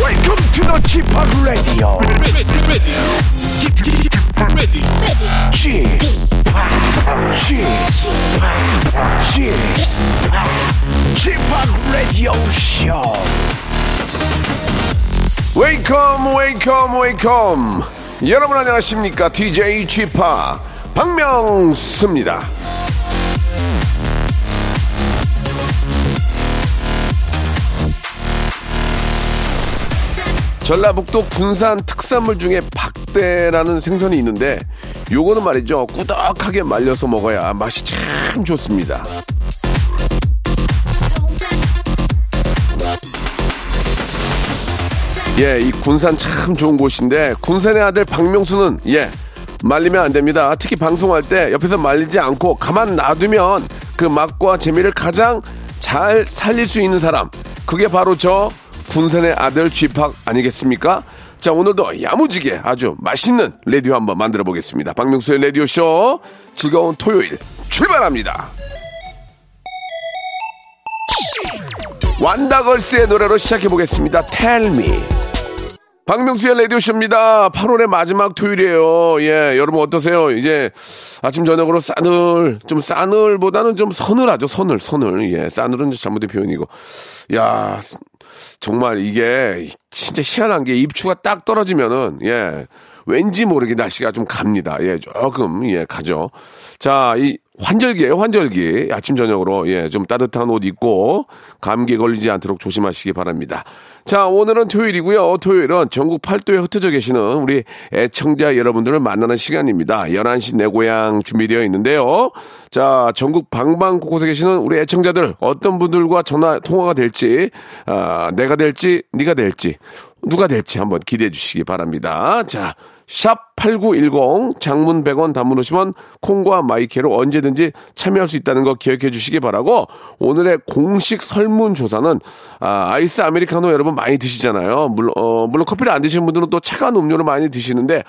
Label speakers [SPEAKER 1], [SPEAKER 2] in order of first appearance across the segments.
[SPEAKER 1] Welcome to the g p o p Radio.
[SPEAKER 2] ready, ready, ready, ready.
[SPEAKER 1] g p o p g p o p Radio Show. Welcome, Welcome, Welcome. 여러분 안녕하십니까? DJ g p o p 박명수입니다. 전라북도 군산 특산물 중에 박대라는 생선이 있는데 요거는 말이죠 꾸덕하게 말려서 먹어야 맛이 참 좋습니다. 예, 이 군산 참 좋은 곳인데 군산의 아들 박명수는 예 말리면 안 됩니다. 특히 방송할 때 옆에서 말리지 않고 가만 놔두면 그 맛과 재미를 가장 잘 살릴 수 있는 사람 그게 바로 저 군산의 아들 쥐팍 아니겠습니까? 자 오늘도 야무지게 아주 맛있는 레디오 한번 만들어 보겠습니다. 박명수의 레디오 쇼 즐거운 토요일 출발합니다. 완다걸스의 노래로 시작해 보겠습니다. Tell me. 박명수의 라디오쇼입니다. 8월의 마지막 토요일이에요. 예, 여러분 어떠세요? 이제 아침 저녁으로 싸늘, 좀 싸늘보다는 좀 서늘하죠. 서늘, 서늘. 예, 싸늘은 잘못된 표현이고. 야, 정말 이게 진짜 희한한 게 입추가 딱 떨어지면은, 예, 왠지 모르게 날씨가 좀 갑니다. 예, 조금, 예, 가죠. 자, 이 환절기에요, 환절기. 아침, 저녁으로, 예, 좀 따뜻한 옷 입고, 감기 걸리지 않도록 조심하시기 바랍니다. 자, 오늘은 토요일이고요. 토요일은 전국 팔도에 흩어져 계시는 우리 애청자 여러분들을 만나는 시간입니다. 11시 내 고향 준비되어 있는데요. 자, 전국 방방 곳곳에 계시는 우리 애청자들, 어떤 분들과 전화, 통화가 될지, 아, 내가 될지, 네가 될지, 누가 될지 한번 기대해 주시기 바랍니다. 자, 샵 8910 장문 100원 단문 50원 콩과 마이케로 언제든지 참여할 수 있다는 거 기억해 주시기 바라고 오늘의 공식 설문조사는 아, 아이스 아메리카노 여러분 많이 드시잖아요. 물론, 어, 물론 커피를 안 드시는 분들은 또 차가운 음료를 많이 드시는데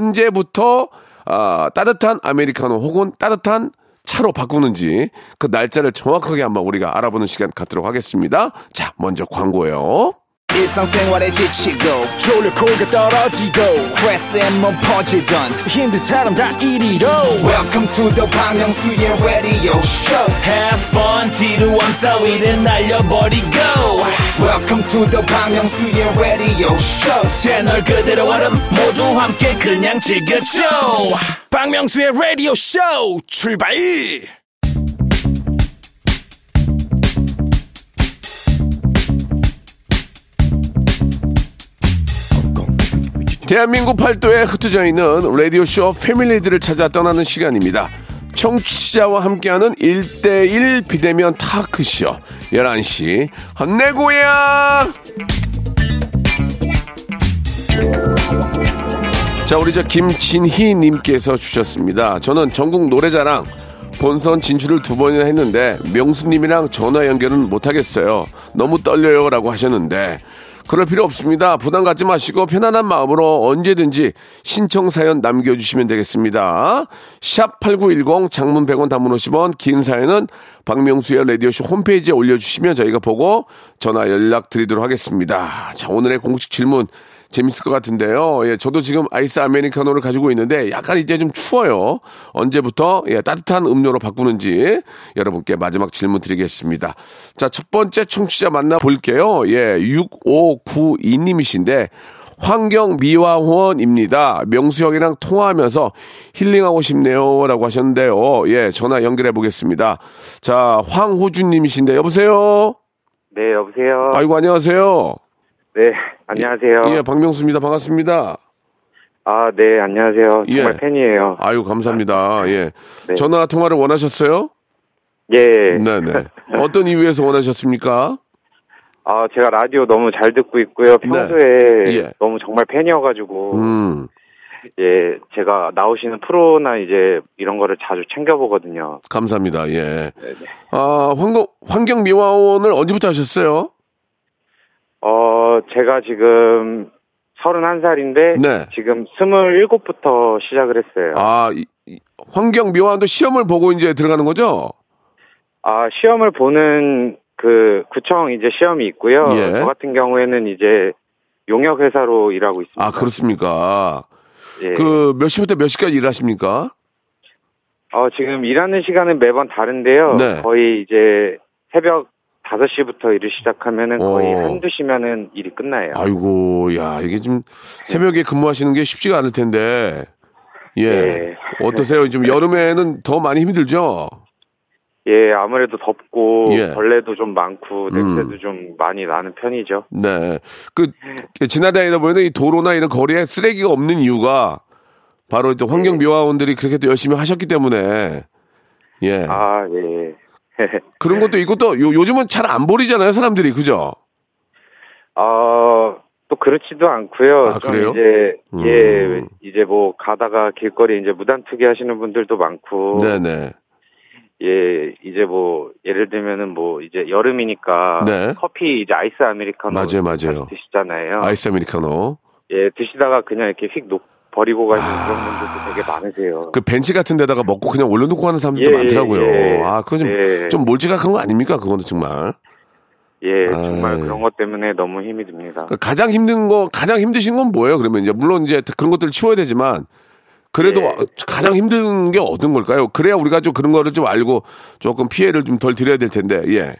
[SPEAKER 1] 언제부터 아, 따뜻한 아메리카노 혹은 따뜻한 차로 바꾸는지 그 날짜를 정확하게 한번 우리가 알아보는 시간 갖도록 하겠습니다. 자, 먼저 광고예요.
[SPEAKER 3] 일상생활에 지치고, 졸려 코가 떨어지고, 스트레스에 몸 퍼지던, 힘든 사람 다 이리로. welcome to the Bang Myung-soo's radio show
[SPEAKER 4] Have fun 지루한 따위를 날려버리고
[SPEAKER 3] welcome to the Bang Myung-soo's radio show
[SPEAKER 4] 채널 그대로 얼음 모두 함께 그냥 즐겨줘
[SPEAKER 3] 박명수의 radio show 출발
[SPEAKER 1] 대한민국 팔도에 흩어져 있는 라디오쇼 패밀리들을 찾아 떠나는 시간입니다. 청취자와 함께하는 1대1 비대면 타크쇼 11시 내 고향 자 우리 저 김진희님께서 주셨습니다. 저는 전국 노래자랑 본선 진출을 두 번이나 했는데 명수님이랑 전화 연결은 못 하겠어요. 너무 떨려요라고 하셨는데 그럴 필요 없습니다. 부담 갖지 마시고 편안한 마음으로 언제든지 신청 사연 남겨주시면 되겠습니다. 샵 #8910 장문 100원, 단문 50원, 긴 사연은 박명수의 라디오쇼 홈페이지에 올려주시면 저희가 보고 전화 연락 드리도록 하겠습니다. 자 오늘의 공식 질문 재밌을 것 같은데요. 예, 저도 지금 아이스 아메리카노를 가지고 있는데 약간 이제 좀 추워요. 언제부터 예, 따뜻한 음료로 바꾸는지 여러분께 마지막 질문 드리겠습니다. 자, 첫 번째 청취자 만나 볼게요. 예, 6592님이신데 환경 미화원입니다. 명수 형이랑 통화하면서 힐링하고 싶네요라고 하셨는데요. 예, 전화 연결해 보겠습니다. 자, 황호준 님이신데 여보세요.
[SPEAKER 5] 네, 여보세요.
[SPEAKER 1] 아이고 안녕하세요.
[SPEAKER 5] 네, 안녕하세요.
[SPEAKER 1] 예, 박명수입니다. 반갑습니다.
[SPEAKER 5] 아, 네, 안녕하세요.
[SPEAKER 1] 예.
[SPEAKER 5] 정말 팬이에요.
[SPEAKER 1] 아유 감사합니다. 예.
[SPEAKER 5] 네.
[SPEAKER 1] 전화 통화를 원하셨어요?
[SPEAKER 5] 예.
[SPEAKER 1] 네네. 어떤 이유에서 원하셨습니까?
[SPEAKER 5] 아, 제가 라디오 너무 잘 듣고 있고요. 평소에
[SPEAKER 1] 네. 예.
[SPEAKER 5] 너무 정말 팬이어가지고,
[SPEAKER 1] 음
[SPEAKER 5] 예, 제가 나오시는 프로나 이제 이런 거를 자주 챙겨보거든요.
[SPEAKER 1] 감사합니다. 예.
[SPEAKER 5] 네네.
[SPEAKER 1] 아 환경 환경 미화원을 언제부터 하셨어요?
[SPEAKER 5] 어, 제가 지금 31살인데,
[SPEAKER 1] 네.
[SPEAKER 5] 지금 27부터 시작을 했어요. 아.
[SPEAKER 1] 아 이- 이 환경 미화원도 시험을 보고 이제 들어가는 거죠?
[SPEAKER 5] 시험을 보는 아, 그 구청 이제 시험이 있고요.
[SPEAKER 1] 예.
[SPEAKER 5] 저 같은 경우에는 이제 용역 회사로 일하고 있습니다.
[SPEAKER 1] 아, 그렇습니까?
[SPEAKER 5] 예.
[SPEAKER 1] 그, 몇 시부터 몇 시까지 일하십니까?
[SPEAKER 5] 어, 지금 일하는 시간은 매번 다른데요.
[SPEAKER 1] 네.
[SPEAKER 5] 거의 이제 새벽 5시부터 일을 시작하면은 거의
[SPEAKER 1] 오.
[SPEAKER 5] 한두 시면은 일이 끝나요.
[SPEAKER 1] 아이고, 야, 이게 지금
[SPEAKER 5] 네.
[SPEAKER 1] 새벽에 근무하시는 게 쉽지가 않을 텐데. 예.
[SPEAKER 5] 네.
[SPEAKER 1] 어떠세요? 지금 여름에는 더 많이 힘들죠?
[SPEAKER 5] 예, 아무래도 덥고
[SPEAKER 1] 예. 음.
[SPEAKER 5] 벌레도 좀 많고 냄새도 좀 많이 나는 편이죠.
[SPEAKER 1] 네. 그, 지나다니다 보면 이 도로나 이런 거리에 쓰레기가 없는 이유가 바로 또
[SPEAKER 5] 네.
[SPEAKER 1] 환경미화원들이 그렇게 또 열심히 하셨기 때문에. 예.
[SPEAKER 5] 아, 네. 예.
[SPEAKER 1] 그런 것도 있고 또 요, 요즘은 잘 안 버리잖아요, 사람들이. 그죠?
[SPEAKER 5] 어, 또 그렇지도 않고요.
[SPEAKER 1] 아,
[SPEAKER 5] 좀
[SPEAKER 1] 그래요?
[SPEAKER 5] 이제 예,
[SPEAKER 1] 음.
[SPEAKER 5] 이제 뭐 가다가 길거리 이제 무단 투기하시는 분들도 많고
[SPEAKER 1] 네네.
[SPEAKER 5] 예, 이제 뭐 예를 들면은 뭐 이제 여름이니까
[SPEAKER 1] 네.
[SPEAKER 5] 커피 이제 아이스 아메리카노
[SPEAKER 1] 맞아요, 맞아요.
[SPEAKER 5] 자주 드시잖아요.
[SPEAKER 1] 아이스 아메리카노.
[SPEAKER 5] 예, 드시다가 그냥 이렇게 휙 녹, 버리고 가시는
[SPEAKER 1] 아.
[SPEAKER 5] 그런 분들도 되게 많으세요.
[SPEAKER 1] 그 벤치 같은 데다가 먹고 그냥 올려놓고 하는 사람들도
[SPEAKER 5] 예,
[SPEAKER 1] 많더라고요.
[SPEAKER 5] 예, 예.
[SPEAKER 1] 아, 그건 좀,
[SPEAKER 5] 예.
[SPEAKER 1] 좀 몰지각한 거 아닙니까? 그거는 정말.
[SPEAKER 5] 예,
[SPEAKER 1] 아이.
[SPEAKER 5] 정말 그런 것 때문에 너무 힘이 듭니다.
[SPEAKER 1] 그러니까 가장 힘든 거, 가장 힘드신 건 뭐예요? 그러면 이제 물론 이제 그런 것들을 치워야 되지만 그래도
[SPEAKER 5] 예.
[SPEAKER 1] 가장 힘든 게 어떤 걸까요? 그래야 우리가 좀 그런 거를 좀 알고 조금 피해를 좀 덜 드려야 될 텐데. 예.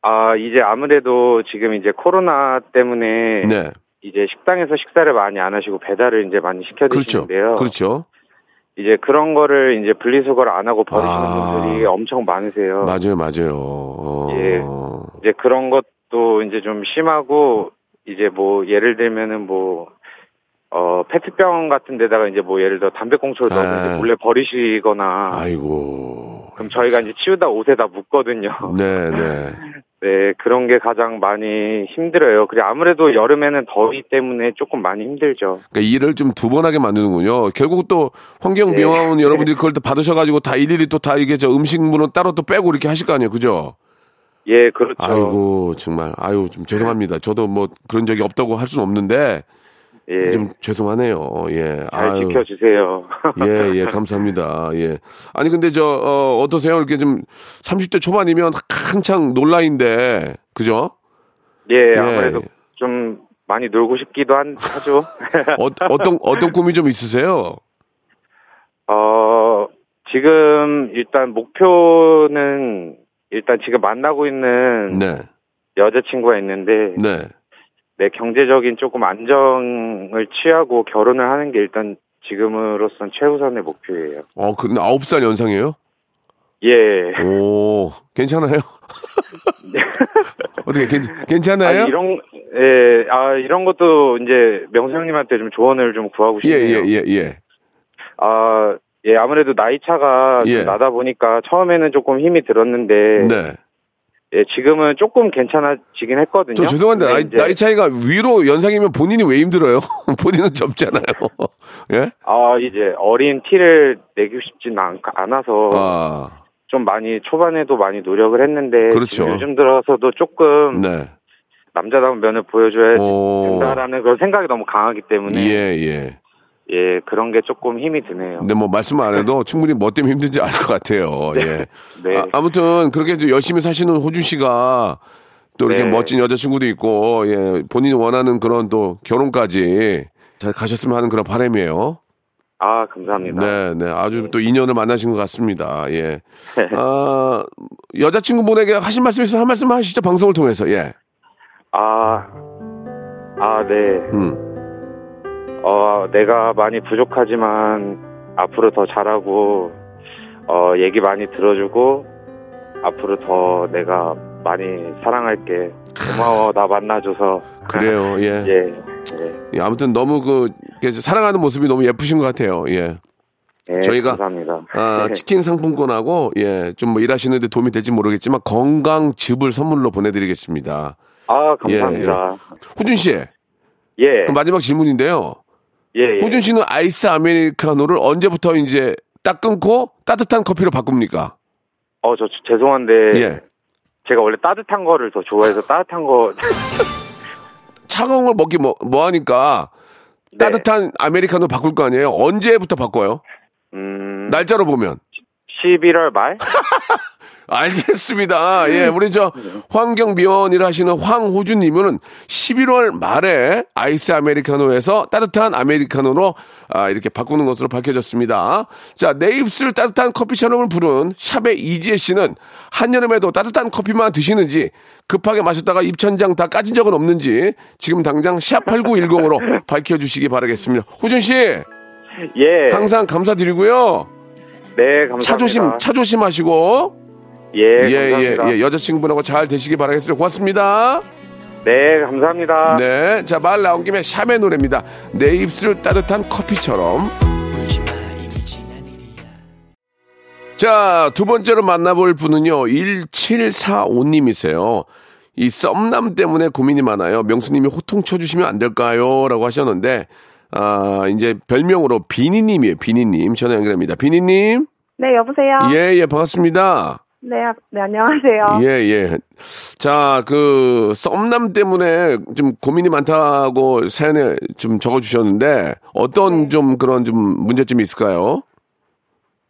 [SPEAKER 5] 아, 이제 아무래도 지금 이제 코로나 때문에
[SPEAKER 1] 네.
[SPEAKER 5] 이제 식당에서 식사를 많이 안 하시고 배달을 이제 많이 시켜
[SPEAKER 1] 그렇죠.
[SPEAKER 5] 드시는데요.
[SPEAKER 1] 그렇죠.
[SPEAKER 5] 이제 그런 거를 이제 분리수거를 안 하고 버리시는
[SPEAKER 1] 아.
[SPEAKER 5] 분들이 엄청 많으세요.
[SPEAKER 1] 맞아요, 맞아요. 어.
[SPEAKER 5] 예. 이제 그런 것도 이제 좀 심하고 이제 뭐 예를 들면은 뭐 어, 페트병 같은 데다가 이제 뭐 예를 들어 담배꽁초를 넣어서
[SPEAKER 1] 아.
[SPEAKER 5] 이제 몰래 버리시거나
[SPEAKER 1] 아이고.
[SPEAKER 5] 그럼 저희가 이제 치우다 옷에다 묻거든요.
[SPEAKER 1] 네, 네.
[SPEAKER 5] 네, 그런 게 가장 많이 힘들어요. 그래 아무래도 여름에는 더위 때문에 조금 많이 힘들죠.
[SPEAKER 1] 그러니까 일을 좀 두 번 하게 만드는군요. 결국 또
[SPEAKER 5] 예.
[SPEAKER 1] 환경 미화원 여러분들이 그걸 또 받으셔가지고 다 일일이 또 다 이게 저 음식물은 따로 또 빼고 이렇게 하실 거 아니에요, 그죠?
[SPEAKER 5] 예, 그렇죠.
[SPEAKER 1] 아이고 정말 아유 좀 죄송합니다. 저도 뭐 그런 적이 없다고 할 수는 없는데
[SPEAKER 5] 예,
[SPEAKER 1] 좀 죄송하네요. 예,
[SPEAKER 5] 잘
[SPEAKER 1] 아유.
[SPEAKER 5] 지켜주세요.
[SPEAKER 1] 예, 예, 감사합니다. 예. 아니 근데 저 어, 어떠세요? 이렇게 좀 30대 초반이면 한창 놀라인데 그죠?
[SPEAKER 5] 예, 아무래도 좀 많이 놀고 싶기도 한, 하죠.
[SPEAKER 1] 어, 어떤 어떤 꿈이 좀 있으세요?
[SPEAKER 5] 어, 지금 일단 목표는 일단 지금 만나고 있는
[SPEAKER 1] 네,
[SPEAKER 5] 여자친구가 있는데
[SPEAKER 1] 네.
[SPEAKER 5] 내 경제적인 조금 안정을 취하고 결혼을 하는 게 일단 지금으로선 최우선의 목표예요.
[SPEAKER 1] 어, 그 9살 연상이에요?
[SPEAKER 5] 예.
[SPEAKER 1] 오, 괜찮아요? 어떻게 괜, 괜찮아요?
[SPEAKER 5] 아, 이런 예, 아 이런 것도 이제 명수 형님한테 좀 조언을 좀 구하고
[SPEAKER 1] 예,
[SPEAKER 5] 싶네요.
[SPEAKER 1] 예, 예, 예.
[SPEAKER 5] 아, 예, 아무래도 나이 차가 좀
[SPEAKER 1] 예.
[SPEAKER 5] 나다 보니까 처음에는 조금 힘이 들었는데
[SPEAKER 1] 네.
[SPEAKER 5] 예, 지금은 조금 괜찮아지긴 했거든요.
[SPEAKER 1] 저 죄송한데
[SPEAKER 5] 근데
[SPEAKER 1] 나이,
[SPEAKER 5] 이제-
[SPEAKER 1] 나이 차이가 위로 연상이면 본인이 왜 힘들어요? 본인은 젊잖아요. 예?
[SPEAKER 5] 아, 이제 어린 티를 내고 싶진 않, 않아서
[SPEAKER 1] 아,
[SPEAKER 5] 좀 많이 초반에도 많이 노력을 했는데
[SPEAKER 1] 그렇죠.
[SPEAKER 5] 지금 요즘 들어서도 조금
[SPEAKER 1] 네.
[SPEAKER 5] 남자다운 면을 보여줘야
[SPEAKER 1] 오,
[SPEAKER 5] 된다라는 그런 생각이 너무 강하기 때문에
[SPEAKER 1] 예, 예.
[SPEAKER 5] 예, 그런 게 조금 힘이 드네요.
[SPEAKER 1] 근데 뭐 말씀 안 해도 충분히 뭐 때문에 힘든지 알 것 같아요. 예.
[SPEAKER 5] 네.
[SPEAKER 1] 아, 아무튼 그렇게 또 열심히 사시는 호준 씨가 또 이렇게
[SPEAKER 5] 네.
[SPEAKER 1] 멋진 여자친구도 있고, 예, 본인이 원하는 그런 또 결혼까지 잘 가셨으면 하는 그런 바람이에요.
[SPEAKER 5] 아, 감사합니다.
[SPEAKER 1] 네, 네. 아주 또 인연을 만나신 것 같습니다. 예.
[SPEAKER 5] 네.
[SPEAKER 1] 아, 여자친구분에게 하신 말씀 있으면 한 말씀 하시죠. 방송을 통해서. 예.
[SPEAKER 5] 아, 아, 네.
[SPEAKER 1] 음.
[SPEAKER 5] 어, 내가 많이 부족하지만 앞으로 더 잘하고 어, 얘기 많이 들어주고 앞으로 더 내가 많이 사랑할게. 고마워 나 만나줘서.
[SPEAKER 1] 그래요. 예.
[SPEAKER 5] 예.
[SPEAKER 1] 예, 아무튼 너무 그 이렇게 사랑하는 모습이 너무 예쁘신 것 같아요. 예.
[SPEAKER 5] 예,
[SPEAKER 1] 저희가-
[SPEAKER 5] 감사합니다.
[SPEAKER 1] 아, 치킨 상품권하고 예, 좀 뭐 일하시는데 도움이 될지 모르겠지만 건강즙을 선물로 보내드리겠습니다.
[SPEAKER 5] 아, 감사합니다.
[SPEAKER 1] 호준 씨,
[SPEAKER 5] 예. 예.
[SPEAKER 1] 그럼 마지막 질문인데요.
[SPEAKER 5] 예,
[SPEAKER 1] 호준 씨는 아이스 아메리카노를 언제부터 이제 딱 끊고 따뜻한 커피로 바꿉니까?
[SPEAKER 5] 어, 저 죄송한데
[SPEAKER 1] 예.
[SPEAKER 5] 제가 원래 따뜻한 거를 더 좋아해서 따뜻한 거
[SPEAKER 1] 차가운 걸 먹기 뭐, 뭐 하니까
[SPEAKER 5] 네.
[SPEAKER 1] 따뜻한 아메리카노 바꿀 거 아니에요? 언제부터 바꿔요?
[SPEAKER 5] 음,
[SPEAKER 1] 날짜로 보면.
[SPEAKER 5] 11월 말?
[SPEAKER 1] 알겠습니다.
[SPEAKER 5] 네.
[SPEAKER 1] 예, 우리 저 환경미원일 하시는 황호준님은 11월 말에 아이스 아메리카노에서 따뜻한 아메리카노로 아, 이렇게 바꾸는 것으로 밝혀졌습니다. 자, 내 입술 따뜻한 커피 샤롬을 부른 샵의 이지혜 씨는 한여름에도 따뜻한 커피만 드시는지 급하게 마셨다가 입천장 다 까진 적은 없는지 지금 당장 샵8910으로 밝혀주시기 바라겠습니다. 호준 씨,
[SPEAKER 5] 네. 예.
[SPEAKER 1] 항상 감사드리고요.
[SPEAKER 5] 네, 감사합니다.
[SPEAKER 1] 차 조심, 차 조심하시고.
[SPEAKER 5] 예,
[SPEAKER 1] 예,
[SPEAKER 5] 감사합니다.
[SPEAKER 1] 예, 예. 여자친구분하고 잘 되시길 바라겠습니다. 고맙습니다.
[SPEAKER 5] 네, 감사합니다.
[SPEAKER 1] 예. 네. 자, 말 나온 김에 샵의 노래입니다. 내 입술 따뜻한 커피처럼. 자, 두 번째로 만나볼 분은요, 1745님이세요. 이 썸남 때문에 고민이 많아요. 명수님이 호통 쳐주시면 안 될까요? 라고 하셨는데, 아, 이제 별명으로 비니님이에요. 비니님. 전화 연결합니다. 비니님.
[SPEAKER 6] 네, 여보세요?
[SPEAKER 5] 아.
[SPEAKER 1] 예, 예, 반갑습니다.
[SPEAKER 6] 네, 아- 네, 안녕하세요.
[SPEAKER 1] 예, 예. 자, 그, 썸남 때문에 좀 고민이 많다고 사연에 좀 적어주셨는데, 어떤 좀 그런 좀 문제점이 있을까요?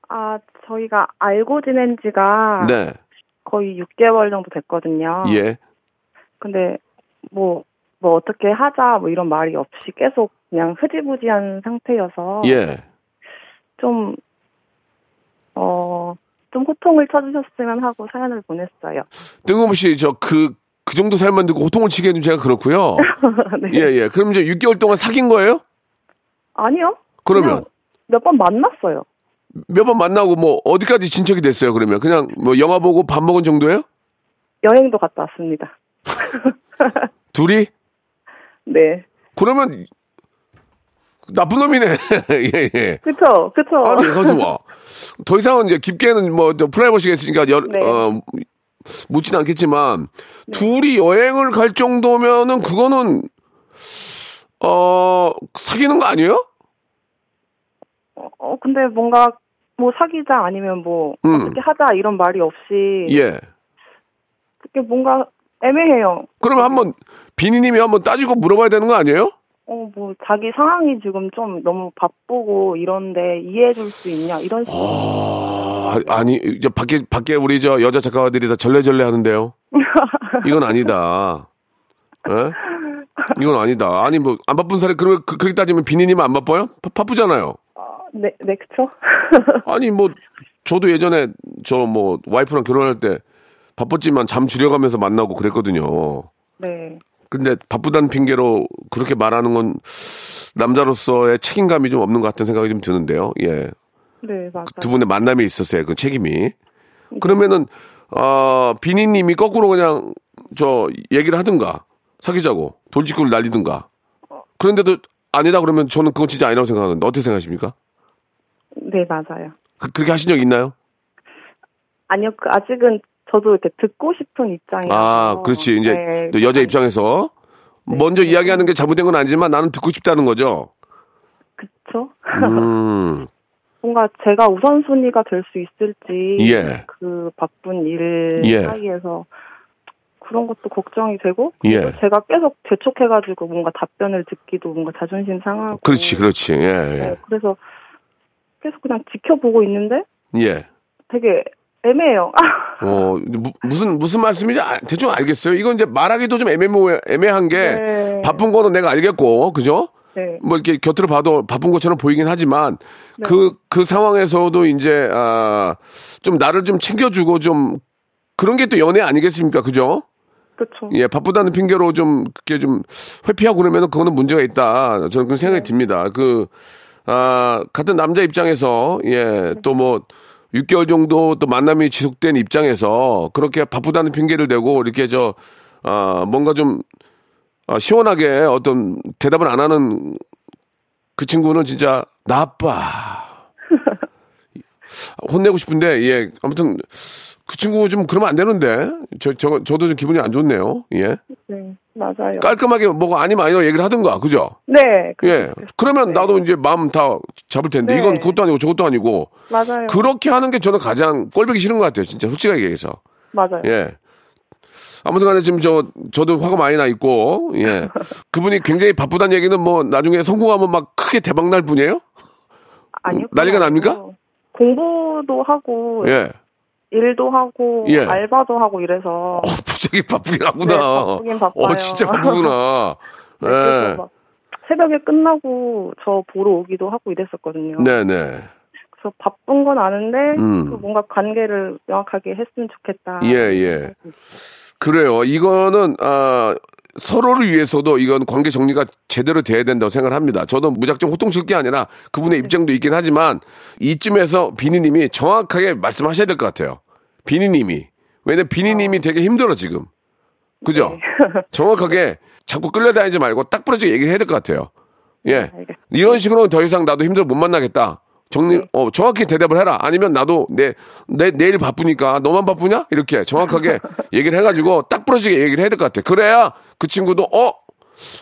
[SPEAKER 6] 아, 저희가 알고 지낸 지가
[SPEAKER 1] 네.
[SPEAKER 6] 거의 6개월 정도 됐거든요.
[SPEAKER 1] 예.
[SPEAKER 6] 근데 뭐, 뭐 어떻게 하자 뭐 이런 말이 없이 계속 그냥 흐지부지한 상태여서
[SPEAKER 1] 예.
[SPEAKER 6] 좀, 어, 좀 호통을 쳐주셨으면 하고 사연을 보냈어요.
[SPEAKER 1] 뜬금없이 저 그, 그 정도 사연만 듣고 호통을 치기에는 제가 그렇고요.
[SPEAKER 6] 네.
[SPEAKER 1] 예, 예. 그럼 이제 6개월 동안 사귄 거예요?
[SPEAKER 6] 아니요.
[SPEAKER 1] 그러면?
[SPEAKER 6] 몇 번 만났어요.
[SPEAKER 1] 몇 번 만나고 뭐, 어디까지 진척이 됐어요, 그러면? 그냥 뭐, 영화 보고 밥 먹은 정도예요?
[SPEAKER 6] 여행도 갔다 왔습니다.
[SPEAKER 1] 둘이?
[SPEAKER 6] 네.
[SPEAKER 1] 그러면, 나쁜 놈이네. 예, 예.
[SPEAKER 6] 그쵸, 그쵸.
[SPEAKER 1] 아니, 가서 와. 더 이상은 이제 깊게는 뭐저 프라이버시가 있으니까 여,
[SPEAKER 6] 네.
[SPEAKER 1] 어, 묻진 않겠지만 둘이 여행을 갈 정도면은 그거는 어 사귀는 거 아니에요?
[SPEAKER 6] 어, 근데 뭔가 뭐 사귀자 아니면 뭐
[SPEAKER 1] 음.
[SPEAKER 6] 어떻게 하자 이런 말이 없이
[SPEAKER 1] 예.
[SPEAKER 6] 그게 뭔가 애매해요.
[SPEAKER 1] 그러면 한번 비니님이 한번 따지고 물어봐야 되는 거 아니에요?
[SPEAKER 6] 어, 뭐 자기 상황이 지금 좀 너무 바쁘고 이런데 이해해 줄 수 있냐 이런 식으로.
[SPEAKER 1] 아, 아니 이제 밖에 밖에 우리 저 여자 작가들이 다 절레절레 하는데요. 이건 아니다. 예? 이건 아니다. 아니 뭐 안 바쁜 사람이 그러 그, 그렇게 따지면 비니님은 안 바빠요? 바, 바쁘잖아요.
[SPEAKER 6] 네, 네, 그쵸?
[SPEAKER 1] 아니 뭐 저도 예전에 저 뭐 와이프랑 결혼할 때 바빴지만 잠 줄여가면서 만나고 그랬거든요.
[SPEAKER 6] 네.
[SPEAKER 1] 근데 바쁘다는 핑계로 그렇게 말하는 건 남자로서의 책임감이 좀 없는 것 같은 생각이 좀 드는데요. 예.
[SPEAKER 6] 네, 맞아요.
[SPEAKER 1] 두 분의 만남에 있었어요. 그 책임이. 그러면은 어 비니님이 거꾸로 그냥 저 얘기를 하든가 사귀자고 돌직구를 날리든가 그런데도 아니다 그러면 저는 그건 진짜 아니라고 생각하는데 어떻게 생각하십니까?
[SPEAKER 6] 네, 맞아요.
[SPEAKER 1] 그- 그렇게 하신 적 있나요?
[SPEAKER 6] 아니요. 그 아직은 저도 이렇게 듣고 싶은 입장이라서.
[SPEAKER 1] 아, 네, 그렇지. 이제
[SPEAKER 6] 네,
[SPEAKER 1] 또 여자 입장에서 먼저 이야기하는 게 잘못된 건 아니지만 나는 듣고 싶다는 거죠.
[SPEAKER 6] 그쵸?
[SPEAKER 1] 음,
[SPEAKER 6] 뭔가 제가 우선순위가 될 수 있을지
[SPEAKER 1] 예.
[SPEAKER 6] 그 바쁜 일
[SPEAKER 1] 예.
[SPEAKER 6] 사이에서 그런 것도 걱정이 되고
[SPEAKER 1] 예.
[SPEAKER 6] 제가 계속 재촉해가지고 뭔가 답변을 듣기도 뭔가 자존심 상하고
[SPEAKER 1] 그렇지, 그렇지.
[SPEAKER 6] 네,
[SPEAKER 1] 예,
[SPEAKER 6] 그래서 계속 그냥 지켜보고 있는데
[SPEAKER 1] 예. 예.
[SPEAKER 6] 되게 애매해요.
[SPEAKER 1] 어, 무, 무슨, 무슨 말씀인지 아- 대충 알겠어요. 이건 이제 말하기도 좀 애매, 애매한 게
[SPEAKER 6] 네.
[SPEAKER 1] 바쁜 거는 내가 알겠고, 그죠?
[SPEAKER 6] 네,
[SPEAKER 1] 뭐 이렇게 곁으로 봐도 바쁜 것처럼 보이긴 하지만 그 그 상황에서도 이제 아, 좀 나를 좀 챙겨주고 좀 그런 게 또 연애 아니겠습니까? 그죠?
[SPEAKER 6] 그렇죠.
[SPEAKER 1] 예, 바쁘다는 핑계로 좀, 그게 좀, 회피하고 그러면 그거는 문제가 있다. 저는 그런 생각이 듭니다. 그, 아, 같은 남자 입장에서, 예, 또 뭐, 6개월 정도 또 만남이 지속된 입장에서 그렇게 바쁘다는 핑계를 대고 이렇게 저, 아, 뭔가 좀, 아, 시원하게 어떤 대답을 안 하는 그 친구는 진짜 나빠. 혼내고 싶은데, 예, 아무튼 그 친구 좀 그러면 안 되는데. 저, 저, 저도 좀 기분이 안 좋네요. 예.
[SPEAKER 6] 네, 맞아요.
[SPEAKER 1] 깔끔하게 뭐가 아니면 아니라 얘기를 하든가, 그죠?
[SPEAKER 6] 네, 그-
[SPEAKER 1] 예. 그러면 나도 이제 마음 다 잡을 텐데,
[SPEAKER 6] 네.
[SPEAKER 1] 이건 그것도 아니고 저것도 아니고.
[SPEAKER 6] 맞아요.
[SPEAKER 1] 그렇게 하는 게 저는 가장 꼴보기 싫은 것 같아요. 진짜 솔직하게 얘기해서.
[SPEAKER 6] 맞아요.
[SPEAKER 1] 예. 아무튼 간에 지금 저, 저도 화가 많이 나 있고, 예. 그분이 굉장히 바쁘다는 얘기는 뭐 나중에 성공하면 막 크게 대박 날 분이에요?
[SPEAKER 6] 아니요.
[SPEAKER 1] 난리가
[SPEAKER 6] 그냥
[SPEAKER 1] 납니까?
[SPEAKER 6] 공부도 하고
[SPEAKER 1] 예.
[SPEAKER 6] 일도 하고
[SPEAKER 1] 예.
[SPEAKER 6] 알바도 하고 이래서
[SPEAKER 1] 어, 부작이 바쁘긴 하구나.
[SPEAKER 6] 네, 바쁘긴 바빠요.
[SPEAKER 1] 어, 진짜 바쁘구나. 예.
[SPEAKER 6] 네, 그래서 막 새벽에 끝나고 저 보러 오기도 하고 이랬었거든요.
[SPEAKER 1] 네, 네.
[SPEAKER 6] 그래서 바쁜 건 아는데
[SPEAKER 1] 음.
[SPEAKER 6] 그 뭔가 관계를 명확하게 했으면 좋겠다.
[SPEAKER 1] 예, 예. 그래요. 이거는 아 서로를 위해서도 이건 관계 정리가 제대로 돼야 된다고 생각을 합니다. 저도 무작정 호통칠 게 아니라 그분의 입장도 있긴 하지만 이쯤에서 비니님이 정확하게 말씀하셔야 될 것 같아요. 비니님이 왜냐 면 비니님이 되게 힘들어 지금. 그죠?
[SPEAKER 6] 네.
[SPEAKER 1] 정확하게 자꾸 끌려다니지 말고 딱 부러지게 얘기를 해야 될 것 같아요. 예.
[SPEAKER 6] 네, 알겠습니다. 네.
[SPEAKER 1] 이런 식으로는 더 이상 나도 힘들어 못 만나겠다. 정리, 어, 정확히 대답을 해라. 아니면 나도 내, 내, 내일 바쁘니까 너만 바쁘냐? 이렇게 정확하게 얘기를 해가지고 딱 부러지게 얘기를 해야 될 것 같아. 그래야 그 친구도, 어?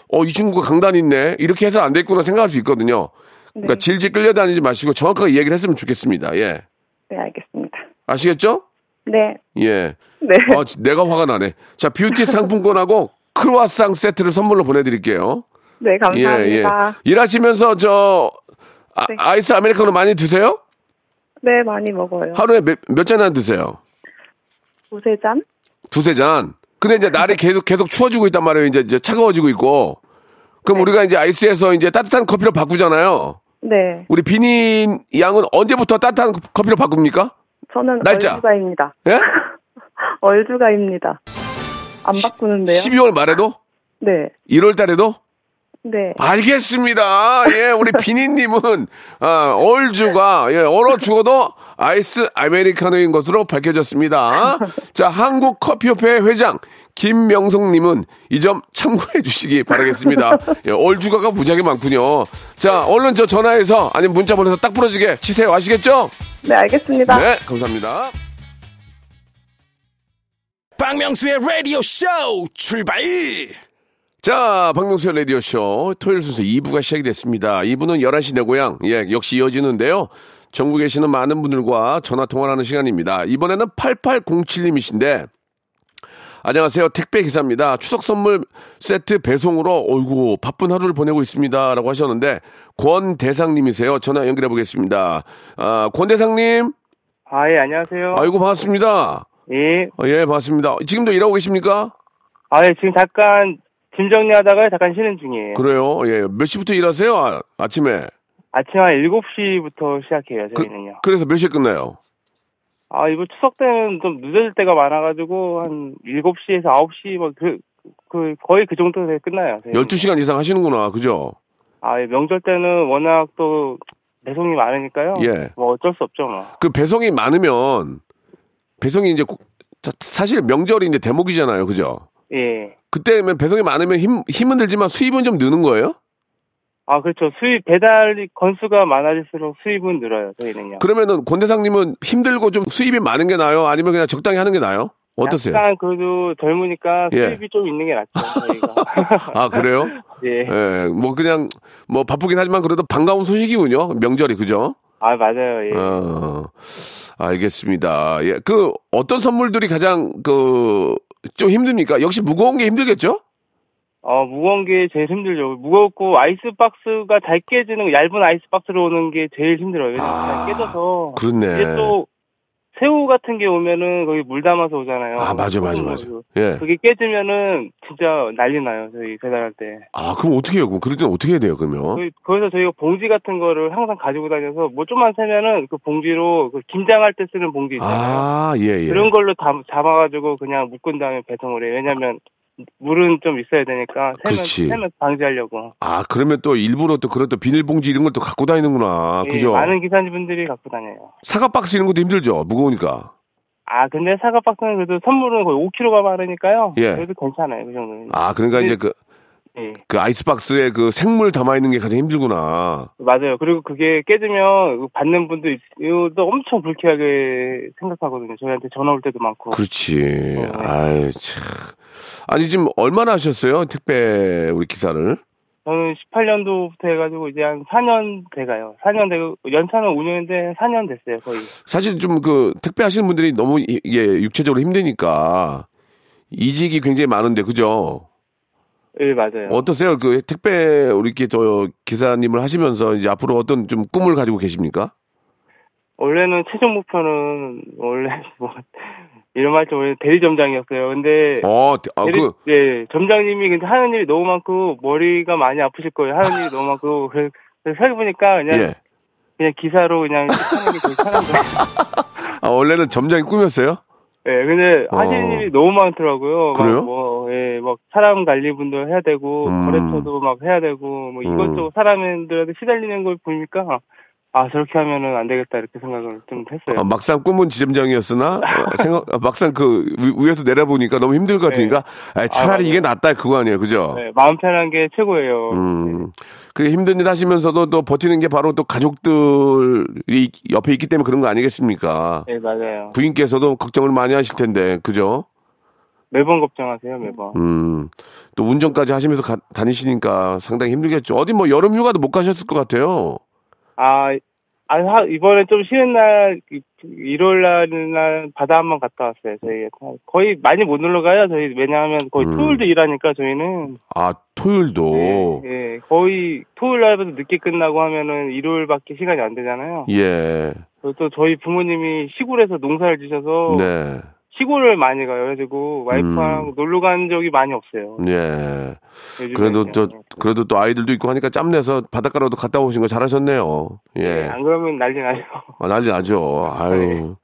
[SPEAKER 1] 어, 이 친구가 강단 있네. 이렇게 해서 안 됐구나 생각할 수 있거든요. 그러니까 질질 끌려다니지 마시고 정확하게 얘기를 했으면 좋겠습니다. 예.
[SPEAKER 6] 네, 알겠습니다.
[SPEAKER 1] 아시겠죠?
[SPEAKER 6] 네,
[SPEAKER 1] 예.
[SPEAKER 6] 네.
[SPEAKER 1] 아, 지- 내가 화가 나네. 자, 뷰티 상품권하고 크루아상 세트를 선물로 보내드릴게요.
[SPEAKER 6] 네,
[SPEAKER 1] 예,
[SPEAKER 6] 감사합니다.
[SPEAKER 1] 예. 일하시면서 저 아,
[SPEAKER 6] 네.
[SPEAKER 1] 아이스 아메리카노 많이 드세요?
[SPEAKER 6] 네, 많이 먹어요.
[SPEAKER 1] 하루에 몇, 몇 잔이나 드세요?
[SPEAKER 6] 두세 잔?
[SPEAKER 1] 두세 잔. 근데 이제 날이 계속 계속 추워지고 있단 말이에요. 이제, 이제 차가워지고 있고. 그럼 우리가 이제 아이스에서 이제 따뜻한 커피로 바꾸잖아요.
[SPEAKER 6] 네,
[SPEAKER 1] 우리 비니 양은 언제부터 따뜻한 커피로 바꿉니까?
[SPEAKER 6] 저는
[SPEAKER 1] 날짜.
[SPEAKER 6] 얼주가입니다.
[SPEAKER 1] 예?
[SPEAKER 6] 얼주가입니다. 안 바꾸는데요?
[SPEAKER 1] 12월 말에도?
[SPEAKER 6] 네,
[SPEAKER 1] 1월 달에도?
[SPEAKER 6] 네,
[SPEAKER 1] 아. 알겠습니다. 예, 우리 비니님은 아, 얼주가 예, 얼어 죽어도 아이스 아메리카노인 것으로 밝혀졌습니다. 자, 한국 커피협회 회장 김명성님은 이 점 참고해 주시기 바라겠습니다. 예, 얼주가가 무지하게 많군요. 자, 얼른 저 전화해서 아니면 문자 보내서 딱 부러지게 치세요. 아시겠죠?
[SPEAKER 6] 네, 알겠습니다.
[SPEAKER 1] 네, 감사합니다.
[SPEAKER 4] 박명수의 라디오 쇼 출발
[SPEAKER 1] 자, 박명수의 라디오쇼 토요일 순서 2부가 시작이 됐습니다. 2부는 11시 내 고향, 예, 역시 이어지는데요. 전국에 계시는 많은 분들과 전화통화를 하는 시간입니다. 이번에는 8807님이신데, 안녕하세요. 택배 기사입니다. 추석 선물 세트 배송으로 어이구 바쁜 하루를 보내고 있습니다라고 하셨는데 권 대상님이세요. 전화 연결해 보겠습니다. 아, 권 대상님.
[SPEAKER 7] 아, 예, 안녕하세요.
[SPEAKER 1] 아이고 반갑습니다.
[SPEAKER 7] 예.
[SPEAKER 1] 어, 예, 반갑습니다. 지금도 일하고 계십니까?
[SPEAKER 7] 아, 예, 지금 잠깐 짐 정리하다가 잠깐 쉬는 중이에요.
[SPEAKER 1] 그래요. 예. 몇 시부터 일하세요? 아, 아침에.
[SPEAKER 7] 아침 한 7시부터 시작해요, 저희는요.
[SPEAKER 1] 그, 래서몇 시에 끝나요?
[SPEAKER 7] 아, 이번 추석 때는 좀 늦어질 때가 많아가지고, 한 7시에서 9시, 뭐, 그, 그, 거의 그 정도 에 끝나요. 저희는.
[SPEAKER 1] 12시간 이상 하시는구나. 그죠?
[SPEAKER 7] 아, 예, 명절 때는 워낙 또 배송이 많으니까요.
[SPEAKER 1] 예.
[SPEAKER 7] 뭐 어쩔 수 없죠, 뭐.
[SPEAKER 1] 그 배송이 많으면 배송이 이제 꼭- 자, 사실 명절이 이제 대목이잖아요. 그죠?
[SPEAKER 7] 예.
[SPEAKER 1] 그때면 배송이 많으면 힘 힘은 들지만 수입은 좀 느는 거예요?
[SPEAKER 7] 아, 그렇죠. 수입, 배달 건수가 많아질수록 수입은 늘어요, 저희는요.
[SPEAKER 1] 그러면은 권대상님은 힘들고 좀 수입이 많은 게 나아요? 아니면 그냥 적당히 하는 게 나아요? 어떠세요?
[SPEAKER 7] 약간 그래도 젊으니까
[SPEAKER 1] 예.
[SPEAKER 7] 수입이 좀 있는 게 낫죠, 저희가.
[SPEAKER 1] 아 그래요?
[SPEAKER 7] 예.
[SPEAKER 1] 예, 뭐 그냥 뭐 바쁘긴 하지만 그래도 반가운 소식이군요. 명절이 그죠?
[SPEAKER 7] 아 맞아요. 예.
[SPEAKER 1] 어, 알겠습니다. 예, 그 어떤 선물들이 가장 그 좀 힘듭니까? 역시 무거운 게 힘들겠죠?
[SPEAKER 7] 어 무거운 게 제일 힘들죠. 무겁고 아이스박스가 잘 깨지는 얇은 아이스박스로 오는 게 제일 힘들어요.
[SPEAKER 1] 아,
[SPEAKER 7] 잘 깨져서 이게
[SPEAKER 1] 그렇네.
[SPEAKER 7] 예, 또 새우 같은 게 오면은 거기 물 담아서 오잖아요.
[SPEAKER 1] 아 맞아 맞아 맞아. 예.
[SPEAKER 7] 그게 깨지면은 진짜 난리 나요. 저희 배달할 때.
[SPEAKER 1] 아 그럼 어떻게 해요? 그럼 그럴 때는 어떻게 해야 돼요? 그러면?
[SPEAKER 7] 저희- 거기서 저희가 봉지 같은 거를 항상 가지고 다녀서 뭐 좀만 세면은 그 봉지로 그 김장할 때 쓰는 봉지 있잖아요.
[SPEAKER 1] 아 예예.
[SPEAKER 7] 그런 걸로 담- 잡아가지고 그냥 묶은 다음에 배송을 해요. 왜냐면 물은 좀 있어야 되니까 세면,
[SPEAKER 1] 그렇지.
[SPEAKER 7] 세면 방지하려고.
[SPEAKER 1] 아 그러면 또 일부러 또 그런 또 비닐봉지 이런 걸 또 갖고 다니는구나.
[SPEAKER 7] 예,
[SPEAKER 1] 아, 그죠?
[SPEAKER 7] 많은 기사님분들이 갖고 다녀요.
[SPEAKER 1] 사과 박스 이런 것도 힘들죠. 무거우니까.
[SPEAKER 7] 아 근데 사과 박스는 그래도 선물은 거의 5kg가 많으니까요.
[SPEAKER 1] 예.
[SPEAKER 7] 그래도 괜찮아요 그 정도는.
[SPEAKER 1] 아 그러니까 이제 그,
[SPEAKER 7] 예.
[SPEAKER 1] 그 아이스박스에 그 생물 담아 있는 게 가장 힘들구나.
[SPEAKER 7] 맞아요. 그리고 그게 깨지면 그 받는 분도 있- 이것도 엄청 불쾌하게 생각하거든요. 저희한테 전화 올 때도 많고.
[SPEAKER 1] 그렇지.
[SPEAKER 7] 네.
[SPEAKER 1] 아이 참. 아니 지금 얼마나 하셨어요? 택배 우리 기사를?
[SPEAKER 7] 저는 18년도부터 해가지고 이제 한 4년 돼가요. 4년 되고 연차는 5년인데 4년 됐어요 거의.
[SPEAKER 1] 사실 좀 그 택배 하시는 분들이 너무 이- 이게 육체적으로 힘드니까 이직이 굉장히 많은데 그죠?
[SPEAKER 7] 예 맞아요.
[SPEAKER 1] 어떠세요? 그 택배 우리 이렇게 저 기사님을 하시면서 이제 앞으로 어떤 좀 꿈을 가지고 계십니까?
[SPEAKER 7] 원래는 최종 목표는 원래 뭐 이런 말좀 원래 대리점장이었어요. 근데
[SPEAKER 1] 어, 아,
[SPEAKER 7] 대리,
[SPEAKER 1] 그,
[SPEAKER 7] 예, 점장님이 근데 하는 일이 너무 많고 머리가 많이 아프실 거예요. 하는 일이 너무 많고 그래서 살고 보니까 그냥
[SPEAKER 1] 예.
[SPEAKER 7] 그냥 기사로 그냥 하는 게 제일 편한데.
[SPEAKER 1] 아, 원래는 점장이 꿈이었어요?
[SPEAKER 7] 예, 근데
[SPEAKER 1] 어.
[SPEAKER 7] 하시는 일이 너무 많더라고요.
[SPEAKER 1] 그래요?
[SPEAKER 7] 막 뭐, 예, 막 사람 관리분도 해야 되고,
[SPEAKER 1] 음.
[SPEAKER 7] 거래처도 막 해야 되고, 뭐 이것저것 사람들한테 시달리는 걸 보니까, 아, 저렇게 하면은 안 되겠다, 이렇게 생각을 좀
[SPEAKER 1] 아,
[SPEAKER 7] 했어요.
[SPEAKER 1] 막상 꿈은 지점장이었으나 어, 생각 아, 막상 그 위, 위에서 내려보니까 너무 힘들 것 같으니까 아이, 차라리
[SPEAKER 7] 네. 맞아요.
[SPEAKER 1] 이게 낫다 그거 아니에요, 그죠?
[SPEAKER 7] 예, 마음 편한 게 최고예요.
[SPEAKER 1] 음, 그 힘든 일 하시면서도 또 버티는 게 바로 또 가족들이 있- 옆에 있기 때문에 그런 거 아니겠습니까?
[SPEAKER 7] 예, 맞아요.
[SPEAKER 1] 부인께서도 걱정을 많이 하실 텐데, 그죠?
[SPEAKER 7] 매번 걱정하세요, 매번.
[SPEAKER 1] 음, 또 운전까지 하시면서 가- 다니시니까 상당히 힘들겠죠. 어디 뭐 여름 휴가도 못 가셨을 것 같아요.
[SPEAKER 7] 아, 아, 하- 이번에 좀 쉬는 날, 이- 일요일 날날 바다 한번 갔다 왔어요, 저희. 거의 많이 못 놀러 가요, 저희. 왜냐하면 거의
[SPEAKER 1] 음.
[SPEAKER 7] 토요일도 일하니까, 저희는.
[SPEAKER 1] 아, 토요일도.
[SPEAKER 7] 예, 예. 거의 토요일 날부터 늦게 끝나고 하면은 일요일밖에 시간이 안 되잖아요.
[SPEAKER 1] 예.
[SPEAKER 7] 그리고 또 저희 부모님이 시골에서 농사를 지셔서
[SPEAKER 1] 네.
[SPEAKER 7] 시골을 많이 가요. 그래가지고 와이프랑 놀러 간 적이 많이 없어요.
[SPEAKER 1] 예.
[SPEAKER 7] 요즘에는.
[SPEAKER 1] 그래도 저 그래도 또 아이들도 있고 하니까 짬내서 바닷가로도 갔다 오신 거 잘하셨네요.
[SPEAKER 7] 예,
[SPEAKER 1] 예.
[SPEAKER 7] 안 그러면 난리 나죠.
[SPEAKER 1] 아, 난리 나죠.
[SPEAKER 7] 네.
[SPEAKER 1] 아유.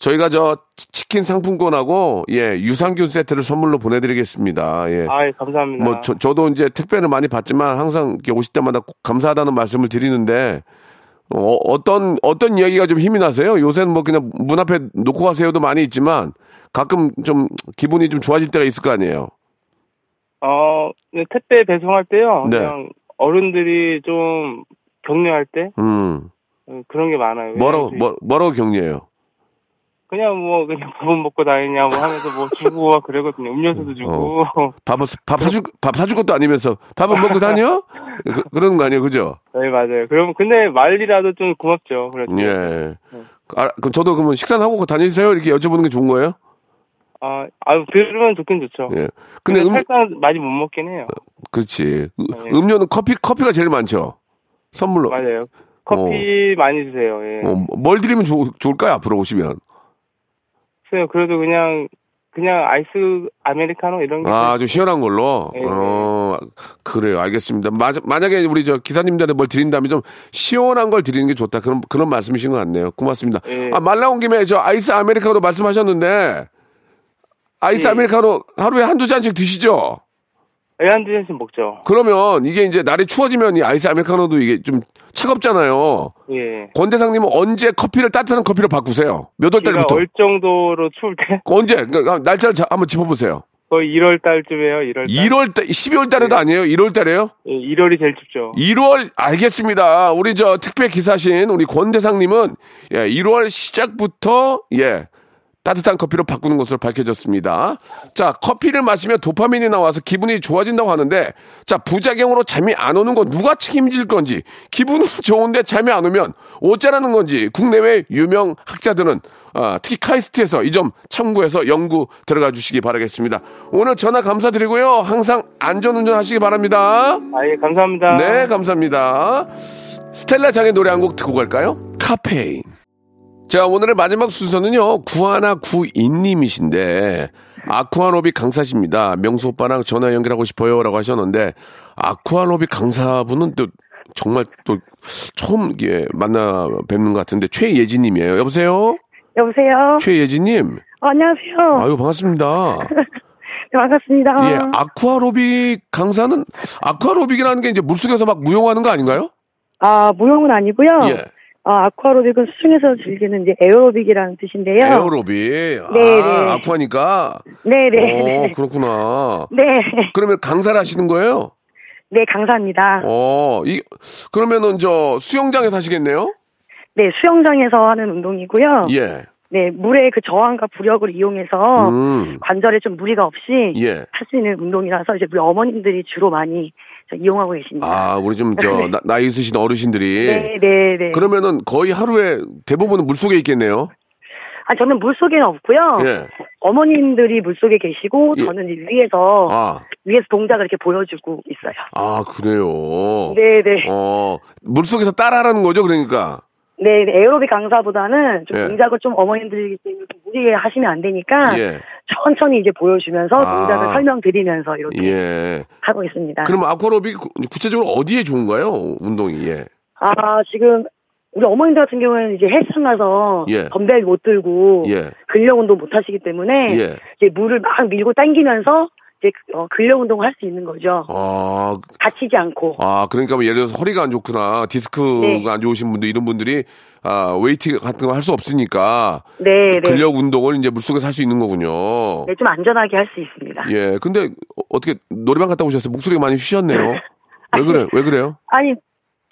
[SPEAKER 1] 저희가 저 치- 치킨 상품권하고 예, 유산균 세트를 선물로 보내 드리겠습니다. 예.
[SPEAKER 7] 아, 예, 감사합니다.
[SPEAKER 1] 뭐 저, 저도 이제 택배를 많이 받지만 항상 이렇게 오실 때마다 꼭 감사하다는 말씀을 드리는데 어, 어떤 어떤 이야기가 좀 힘이 나세요? 요새는 뭐 그냥 문 앞에 놓고 가세요도 많이 있지만 가끔 좀 기분이 좀 좋아질 때가 있을 거 아니에요.
[SPEAKER 7] 어, 네, 택배 배송할 때요.
[SPEAKER 1] 네.
[SPEAKER 7] 그냥 어른들이 좀 격려할 때
[SPEAKER 1] 음.
[SPEAKER 7] 어, 그런 게 많아요.
[SPEAKER 1] 뭐라고
[SPEAKER 7] 왜냐면
[SPEAKER 1] 뭐, 뭐라고 격려해요?
[SPEAKER 7] 그냥 뭐 그냥 밥은 먹고 다니냐 뭐 하면서 뭐 주고 막 그러거든요. 음료수도 주고.
[SPEAKER 1] 밥은 밥 사줄 밥 사줄 것도 아니면서 밥은 먹고 다녀? 그, 그런 거 아니에요, 그죠?
[SPEAKER 7] 네, 맞아요. 그럼 근데 말이라도 좀 고맙죠. 그렇죠.
[SPEAKER 1] 예. 아, 그럼 저도 그러면 식사는 하고 다니세요? 이렇게 여쭤보는 게 좋은 거예요?
[SPEAKER 7] 아, 아 들으면 좋긴 좋죠.
[SPEAKER 1] 예. 근데
[SPEAKER 7] 근데
[SPEAKER 1] 음,
[SPEAKER 7] 살짝 많이 못 먹긴 해요.
[SPEAKER 1] 그렇지. 으- 음료는 커피 커피가 제일 많죠. 선물로.
[SPEAKER 7] 아, 예. 맞아요. 커피 많이 주세요. 예.
[SPEAKER 1] 어, 뭘 드리면 좋, 좋을까요? 앞으로 오시면.
[SPEAKER 7] 글쎄요, 그래도 그냥 그냥 아이스 아메리카노 이런 게
[SPEAKER 1] 아, 좀 시원한 걸로.
[SPEAKER 7] 예,
[SPEAKER 1] 어, 그래요. 알겠습니다. 마, 만약에 우리 저 기사님들한테 뭘 드린다면 좀 시원한 걸 드리는 게 좋다. 그런 그런 말씀이신 것 같네요. 고맙습니다.
[SPEAKER 7] 예.
[SPEAKER 1] 아, 말 나온 김에 저 아이스 아메리카노 말씀하셨는데 아이스
[SPEAKER 7] 예.
[SPEAKER 1] 아메리카노 하루에 한두 잔씩 드시죠?
[SPEAKER 7] 애한두 잔씩 먹죠.
[SPEAKER 1] 그러면 이게 이제 날이 추워지면 이 아이스 아메리카노도 이게 좀 차갑잖아요.
[SPEAKER 7] 예.
[SPEAKER 1] 권대상님은 언제 커피를 따뜻한 커피로 바꾸세요? 몇 월
[SPEAKER 7] 제가
[SPEAKER 1] 달부터?
[SPEAKER 7] 얼 정도로 추울 때
[SPEAKER 1] 언제? 그러니까 날짜를 자- 한번 짚어보세요.
[SPEAKER 7] 거의 1월 달쯤에요. 1월 달.
[SPEAKER 1] 1월 달, 12월 달에도 아니에요? 1월 달에요?
[SPEAKER 7] 예, 1월이 제일 춥죠.
[SPEAKER 1] 1월 알겠습니다. 우리 저 택배 기사신 우리 권 대상님은 예, 1월 시작부터 예 따뜻한 커피로 바꾸는 것으로 밝혀졌습니다. 자 커피를 마시면 도파민이 나와서 기분이 좋아진다고 하는데 자 부작용으로 잠이 안 오는 건 누가 책임질 건지 기분은 좋은데 잠이 안 오면 어쩌라는 건지 국내외 유명 학자들은 아, 특히 카이스트에서 이 점 참고해서 연구 들어가 주시기 바라겠습니다. 오늘 전화 감사드리고요. 항상 안전운전 하시기 바랍니다.
[SPEAKER 7] 아, 예, 감사합니다.
[SPEAKER 1] 네, 감사합니다. 스텔라 장의 노래 한 곡 듣고 갈까요? 카페인. 자, 오늘의 마지막 순서는요, 구하나구인님이신데, 아쿠아로빅 강사십니다. 명수 오빠랑 전화 연결하고 싶어요. 라고 하셨는데, 아쿠아로빅 강사분은 또, 정말 또, 처음, 예, 만나 뵙는 것 같은데, 최예진님이에요. 여보세요?
[SPEAKER 6] 여보세요?
[SPEAKER 1] 최예진님?
[SPEAKER 6] 어, 안녕하세요.
[SPEAKER 1] 아유, 반갑습니다.
[SPEAKER 6] 네, 반갑습니다.
[SPEAKER 1] 예, 아쿠아로빅 강사는, 아쿠아로빅이라는 게 이제 물속에서 막 무용하는 거 아닌가요?
[SPEAKER 6] 아, 무용은 아니고요.
[SPEAKER 1] 예.
[SPEAKER 6] 아, 아쿠아로빅은 수중에서 즐기는 이제 에어로빅이라는 뜻인데요.
[SPEAKER 1] 에어로빅. 아,
[SPEAKER 6] 네.
[SPEAKER 1] 아쿠아니까.
[SPEAKER 6] 네,
[SPEAKER 1] 어,
[SPEAKER 6] 네. 네.
[SPEAKER 1] 그렇구나.
[SPEAKER 6] 네,
[SPEAKER 1] 그러면 강사를 하시는 거예요?
[SPEAKER 6] 네, 강사입니다.
[SPEAKER 1] 어, 이, 그러면은 저 수영장에서 하시겠네요?
[SPEAKER 6] 네, 수영장에서 하는 운동이고요.
[SPEAKER 1] 예.
[SPEAKER 6] 네, 물의 그 저항과 부력을 이용해서
[SPEAKER 1] 음.
[SPEAKER 6] 관절에 좀 무리가 없이
[SPEAKER 1] 예.
[SPEAKER 6] 할 수 있는 운동이라서 이제 우리 어머님들이 주로 많이 저 이용하고 계십니다.
[SPEAKER 1] 아, 우리 좀 저 나이 있으신 어르신들이.
[SPEAKER 6] 네, 네, 네.
[SPEAKER 1] 그러면은 거의 하루에 대부분은 물 속에 있겠네요.
[SPEAKER 6] 아, 저는 물 속에는 없고요.
[SPEAKER 1] 예.
[SPEAKER 6] 어머님들이 물 속에 계시고
[SPEAKER 1] 예.
[SPEAKER 6] 저는 이제 위에서
[SPEAKER 1] 아,
[SPEAKER 6] 위에서 동작을 이렇게 보여주고 있어요.
[SPEAKER 1] 아 그래요.
[SPEAKER 6] 네, 네.
[SPEAKER 1] 어, 물 속에서 따라하라는 거죠, 그러니까.
[SPEAKER 6] 네, 에어로빅 강사보다는 좀
[SPEAKER 1] 예.
[SPEAKER 6] 동작을 좀 어머님들이 좀 무리하게 하시면 안 되니까
[SPEAKER 1] 예.
[SPEAKER 6] 천천히 이제 보여주면서
[SPEAKER 1] 아.
[SPEAKER 6] 동작을 설명드리면서 이렇게
[SPEAKER 1] 예.
[SPEAKER 6] 하고 있습니다.
[SPEAKER 1] 그럼 아쿠아로빅 구- 구체적으로 어디에 좋은가요? 운동이. 예.
[SPEAKER 6] 아 지금 우리 어머님들 같은 경우에는 이제 헬스장 가서
[SPEAKER 1] 예.
[SPEAKER 6] 덤벨 못 들고
[SPEAKER 1] 예.
[SPEAKER 6] 근력 운동 못 하시기 때문에
[SPEAKER 1] 예.
[SPEAKER 6] 이제 물을 막 밀고 당기면서 이제 어, 근력 운동을 할 수 있는 거죠.
[SPEAKER 1] 아,
[SPEAKER 6] 다치지 않고.
[SPEAKER 1] 아, 그러니까 뭐 예를 들어서 허리가 안 좋구나. 디스크가
[SPEAKER 6] 네.
[SPEAKER 1] 안 좋으신 분들, 이런 분들이, 아, 웨이팅 같은 거 할 수 없으니까.
[SPEAKER 6] 네, 네.
[SPEAKER 1] 근력 운동을 이제 물속에서 할 수 있는 거군요.
[SPEAKER 6] 네, 좀 안전하게 할 수 있습니다.
[SPEAKER 1] 예. 근데 어- 어떻게 노래방 갔다 오셨어요? 목소리가 많이 쉬셨네요. 왜 그래? 왜 그래요?
[SPEAKER 6] 아니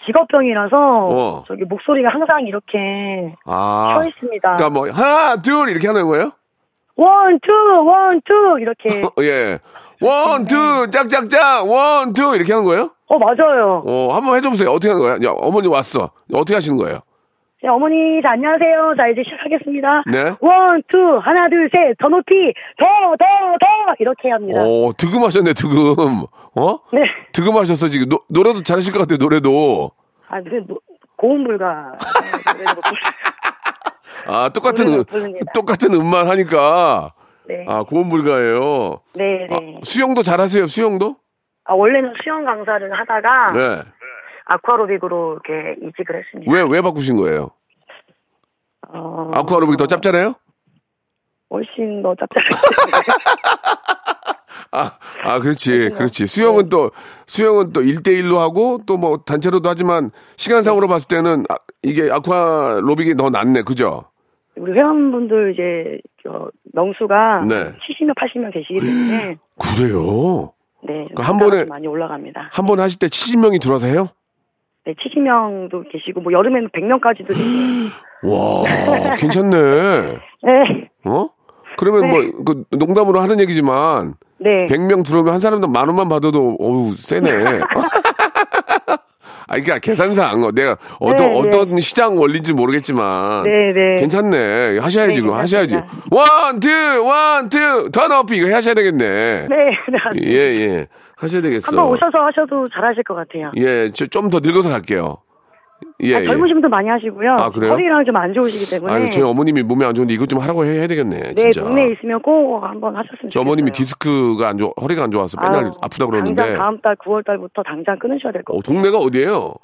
[SPEAKER 6] 직업병이라서
[SPEAKER 1] 어.
[SPEAKER 6] 저기 목소리가 항상 이렇게
[SPEAKER 1] 아.
[SPEAKER 6] 서 있습니다.
[SPEAKER 1] 그러니까 뭐 하나, 둘 이렇게 하는 거예요?
[SPEAKER 6] 원, 투, 원, 투 이렇게.
[SPEAKER 1] 예. 원, 투, 짝짝짝, 원, 투 이렇게 하는 거예요?
[SPEAKER 6] 어 맞아요.
[SPEAKER 1] 어, 한번 해줘 보세요. 어떻게 하는 거예요? 야, 어머니 왔어. 어떻게 하시는 거예요?
[SPEAKER 6] 네, 어머니 자 안녕하세요. 자 이제 시작하겠습니다.
[SPEAKER 1] 네.
[SPEAKER 6] 원, 투, 하나, 둘, 셋, 더 높이, 더, 더, 더 이렇게 합니다.
[SPEAKER 1] 어, 득음하셨네, 득음. 어?
[SPEAKER 6] 네.
[SPEAKER 1] 득음하셨어, 지금. 노, 노래도 잘하실 것 같아요, 노래도.
[SPEAKER 6] 아 근데 뭐, 고음 불가.
[SPEAKER 1] 아, 똑같은,
[SPEAKER 6] 노래가
[SPEAKER 1] 음-
[SPEAKER 6] 부릅니다.
[SPEAKER 1] 똑같은 음만 하니까.
[SPEAKER 6] 네,
[SPEAKER 1] 아, 고음불가예요
[SPEAKER 6] 네,
[SPEAKER 1] 아,
[SPEAKER 6] 네.
[SPEAKER 1] 수영도 잘하세요, 수영도?
[SPEAKER 6] 아, 원래는 수영 강사를 하다가
[SPEAKER 1] 네.
[SPEAKER 6] 아쿠아로빅으로 이렇게 이직을 했습니다.
[SPEAKER 1] 왜, 왜 바꾸신 거예요?
[SPEAKER 6] 어,
[SPEAKER 1] 아쿠아로빅이 더 짭짤해요?
[SPEAKER 6] 훨씬 더 짭짤하게.
[SPEAKER 1] 아, 아, 그렇지, 그렇지.
[SPEAKER 6] 네.
[SPEAKER 1] 수영은 또, 수영은 또 1대1로 하고, 또 뭐 단체로도 하지만,
[SPEAKER 6] 네.
[SPEAKER 1] 시간상으로 봤을 때는, 아, 이게 아쿠아로빅이 더 낫네, 그죠?
[SPEAKER 6] 우리 회원분들 이제 어, 명수가
[SPEAKER 1] 네.
[SPEAKER 6] 70명, 80명 계시기 때문에
[SPEAKER 1] 그래요?
[SPEAKER 6] 네,
[SPEAKER 1] 그한
[SPEAKER 6] 숫자가
[SPEAKER 1] 번에-
[SPEAKER 6] 좀 많이 올라갑니다.
[SPEAKER 1] 한 번 하실 때 70명이 들어와서 해요?
[SPEAKER 6] 네, 70명도 계시고 뭐 여름에는 100명까지도 계시고.
[SPEAKER 1] 와, 괜찮네.
[SPEAKER 6] 네.
[SPEAKER 1] 어? 그러면 뭐, 그, 농담으로 하는 얘기지만,
[SPEAKER 6] 네.
[SPEAKER 1] 100명 들어오면 한 사람당 만 원만 받아도, 어우, 세네. 아, 그러니까 계산상, 어, 내가 어떤,
[SPEAKER 6] 네, 네.
[SPEAKER 1] 어떤 시장 원리인지 모르겠지만.
[SPEAKER 6] 네, 네.
[SPEAKER 1] 괜찮네. 하셔야지,
[SPEAKER 6] 네,
[SPEAKER 1] 그럼 하셔야지.
[SPEAKER 6] 괜찮습니다.
[SPEAKER 1] 원, 투, 원, 투, 턴업, 이거 하셔야 되겠네.
[SPEAKER 6] 네.
[SPEAKER 1] 예, 예. 하셔야 되겠어.
[SPEAKER 6] 한번 오셔서 하셔도 잘하실 것 같아요.
[SPEAKER 1] 예, 좀 더 늙어서 갈게요. 예,
[SPEAKER 6] 아,
[SPEAKER 1] 예.
[SPEAKER 6] 젊으신 분도 많이 하시고요.
[SPEAKER 1] 아, 그래요?
[SPEAKER 6] 허리랑 좀 안 좋으시기 때문에.
[SPEAKER 1] 아유, 저희 어머님이 몸이 안 좋은데 이것 좀 하라고 해- 해야 되겠네.
[SPEAKER 6] 네,
[SPEAKER 1] 진짜.
[SPEAKER 6] 동네에 있으면 꼭 한번 하셨으면 좋겠어요.
[SPEAKER 1] 저 어머님이 디스크가 안 좋아, 허리가 안 좋아서 맨날 아프다
[SPEAKER 6] 당장
[SPEAKER 1] 그러는데.
[SPEAKER 6] 다음 달 9월 달부터 당장 끊으셔야 될 것
[SPEAKER 1] 어, 동네가 어디예요?
[SPEAKER 6] 같아요.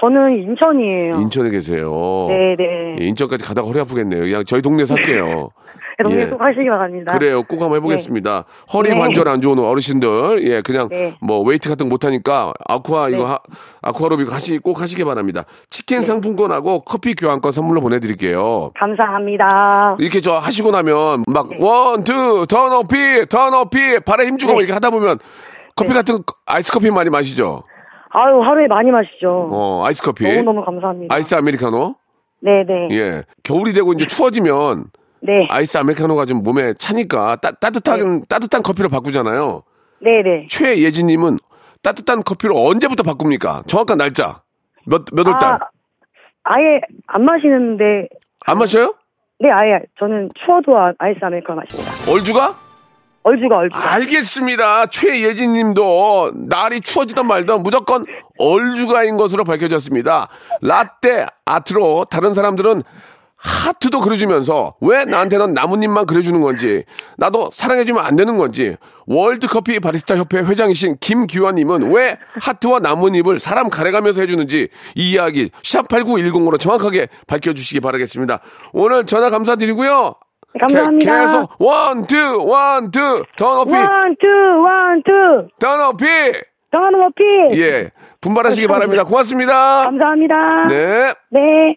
[SPEAKER 6] 저는 인천이에요.
[SPEAKER 1] 인천에 계세요.
[SPEAKER 6] 네, 네.
[SPEAKER 1] 예, 인천까지 가다가 허리 아프겠네요. 그냥 저희 동네 살게요.
[SPEAKER 6] 동네
[SPEAKER 1] 예.
[SPEAKER 6] 꼭 하시기 바랍니다.
[SPEAKER 1] 그래요. 꼭 한번 해보겠습니다. 허리
[SPEAKER 6] 네.
[SPEAKER 1] 관절 안 좋은 어르신들, 예, 그냥
[SPEAKER 6] 네.
[SPEAKER 1] 뭐 웨이트 같은 거 못하니까 아쿠아 이거 하- 아쿠아로빅 하시 꼭 하시기 바랍니다. 치킨
[SPEAKER 6] 네.
[SPEAKER 1] 상품권하고 커피 교환권 선물로 보내드릴게요.
[SPEAKER 6] 감사합니다.
[SPEAKER 1] 이렇게 저 하시고 나면 막
[SPEAKER 6] 네.
[SPEAKER 1] 원, 투, 더 높이, 더 높이 발에 힘주고
[SPEAKER 6] 네.
[SPEAKER 1] 이렇게 하다 보면 커피 같은 거- 아이스 커피 많이 마시죠.
[SPEAKER 6] 아유, 하루에 많이 마시죠.
[SPEAKER 1] 어, 아이스 커피.
[SPEAKER 6] 너무너무 어. 감사합니다.
[SPEAKER 1] 아이스 아메리카노.
[SPEAKER 6] 네네.
[SPEAKER 1] 예. 겨울이 되고 이제 추워지면
[SPEAKER 6] 네.
[SPEAKER 1] 아이스 아메리카노가 좀 몸에 차니까 따, 따뜻한 따뜻한 커피로 바꾸잖아요.
[SPEAKER 6] 네네.
[SPEAKER 1] 최예진 님은 따뜻한 커피로 언제부터 바꿉니까? 정확한 날짜. 몇 몇 월 달?
[SPEAKER 6] 아, 아예 안 마시는데,
[SPEAKER 1] 안 마셔요?
[SPEAKER 6] 네, 아예 저는 추워도 아- 아이스 아메리카노 마십니다.
[SPEAKER 1] 얼주가?
[SPEAKER 6] 얼주가 얼주가.
[SPEAKER 1] 알겠습니다. 최예진 님도 날이 추워지든 말든 무조건 얼주가인 것으로 밝혀졌습니다. 라떼 아트로 다른 사람들은 하트도 그려주면서 왜 나한테는 나뭇잎만 그려주는 건지 나도 사랑해주면 안 되는 건지 월드커피 바리스타 협회 회장이신 김기환님은 왜 하트와 나뭇잎을 사람 가려가면서 해주는지 이 이야기 샵8910으로 정확하게 밝혀주시기 바라겠습니다. 오늘 전화 감사드리고요.
[SPEAKER 6] 감사합니다.
[SPEAKER 1] 개- 계속 원, 투, 원, 투, 더 높이,
[SPEAKER 6] 원, 투, 원, 투.
[SPEAKER 1] 더 높이.
[SPEAKER 6] 정한우 워피.
[SPEAKER 1] 예, 분발하시기 바랍니다. 고맙습니다.
[SPEAKER 6] 감사합니다.
[SPEAKER 1] 네.
[SPEAKER 6] 네.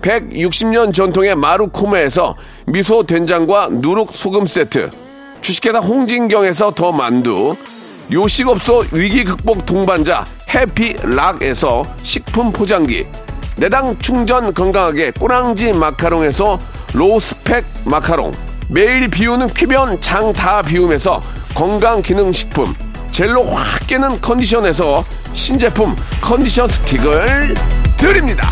[SPEAKER 1] 160년 전통의 마루코메에서 미소 된장과 누룩 소금 세트, 주식회사 홍진경에서 더 만두, 요식업소 위기 극복 동반자 해피락에서 식품 포장기, 내당 충전 건강하게 꼬랑지 마카롱에서 로스펙 마카롱 매일 비우는 쾌변 장 다 비움에서 건강기능식품 젤로 확 깨는 컨디션에서 신제품 컨디션 스틱을 드립니다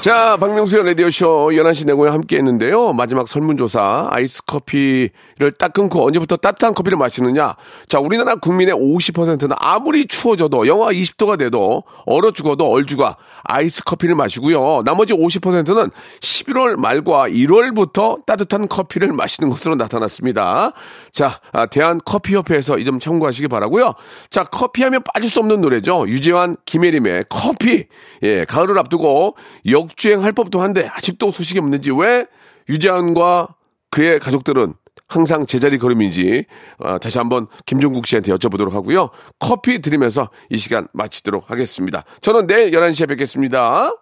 [SPEAKER 1] 자, 박명수의 라디오쇼 11시 내고에 함께 했는데요. 마지막 설문조사, 아이스 커피를 딱 끊고 언제부터 따뜻한 커피를 마시느냐. 자, 우리나라 국민의 50%는 아무리 추워져도 영하 20도가 돼도 얼어 죽어도 얼죽아 아이스 커피를 마시고요. 나머지 50%는 11월 말과 1월부터 따뜻한 커피를 마시는 것으로 나타났습니다. 자, 아, 대한커피협회에서 이 점 참고하시기 바라고요. 자, 커피하면 빠질 수 없는 노래죠. 유재환, 김혜림의 커피. 예, 가을을 앞두고 역주행할 법도 한데 아직도 소식이 없는지 왜 유재환과 그의 가족들은 항상 제자리 걸음인지 어, 다시 한번 김종국 씨한테 여쭤보도록 하고요. 커피 드리면서 이 시간 마치도록 하겠습니다. 저는 내일 11시에 뵙겠습니다.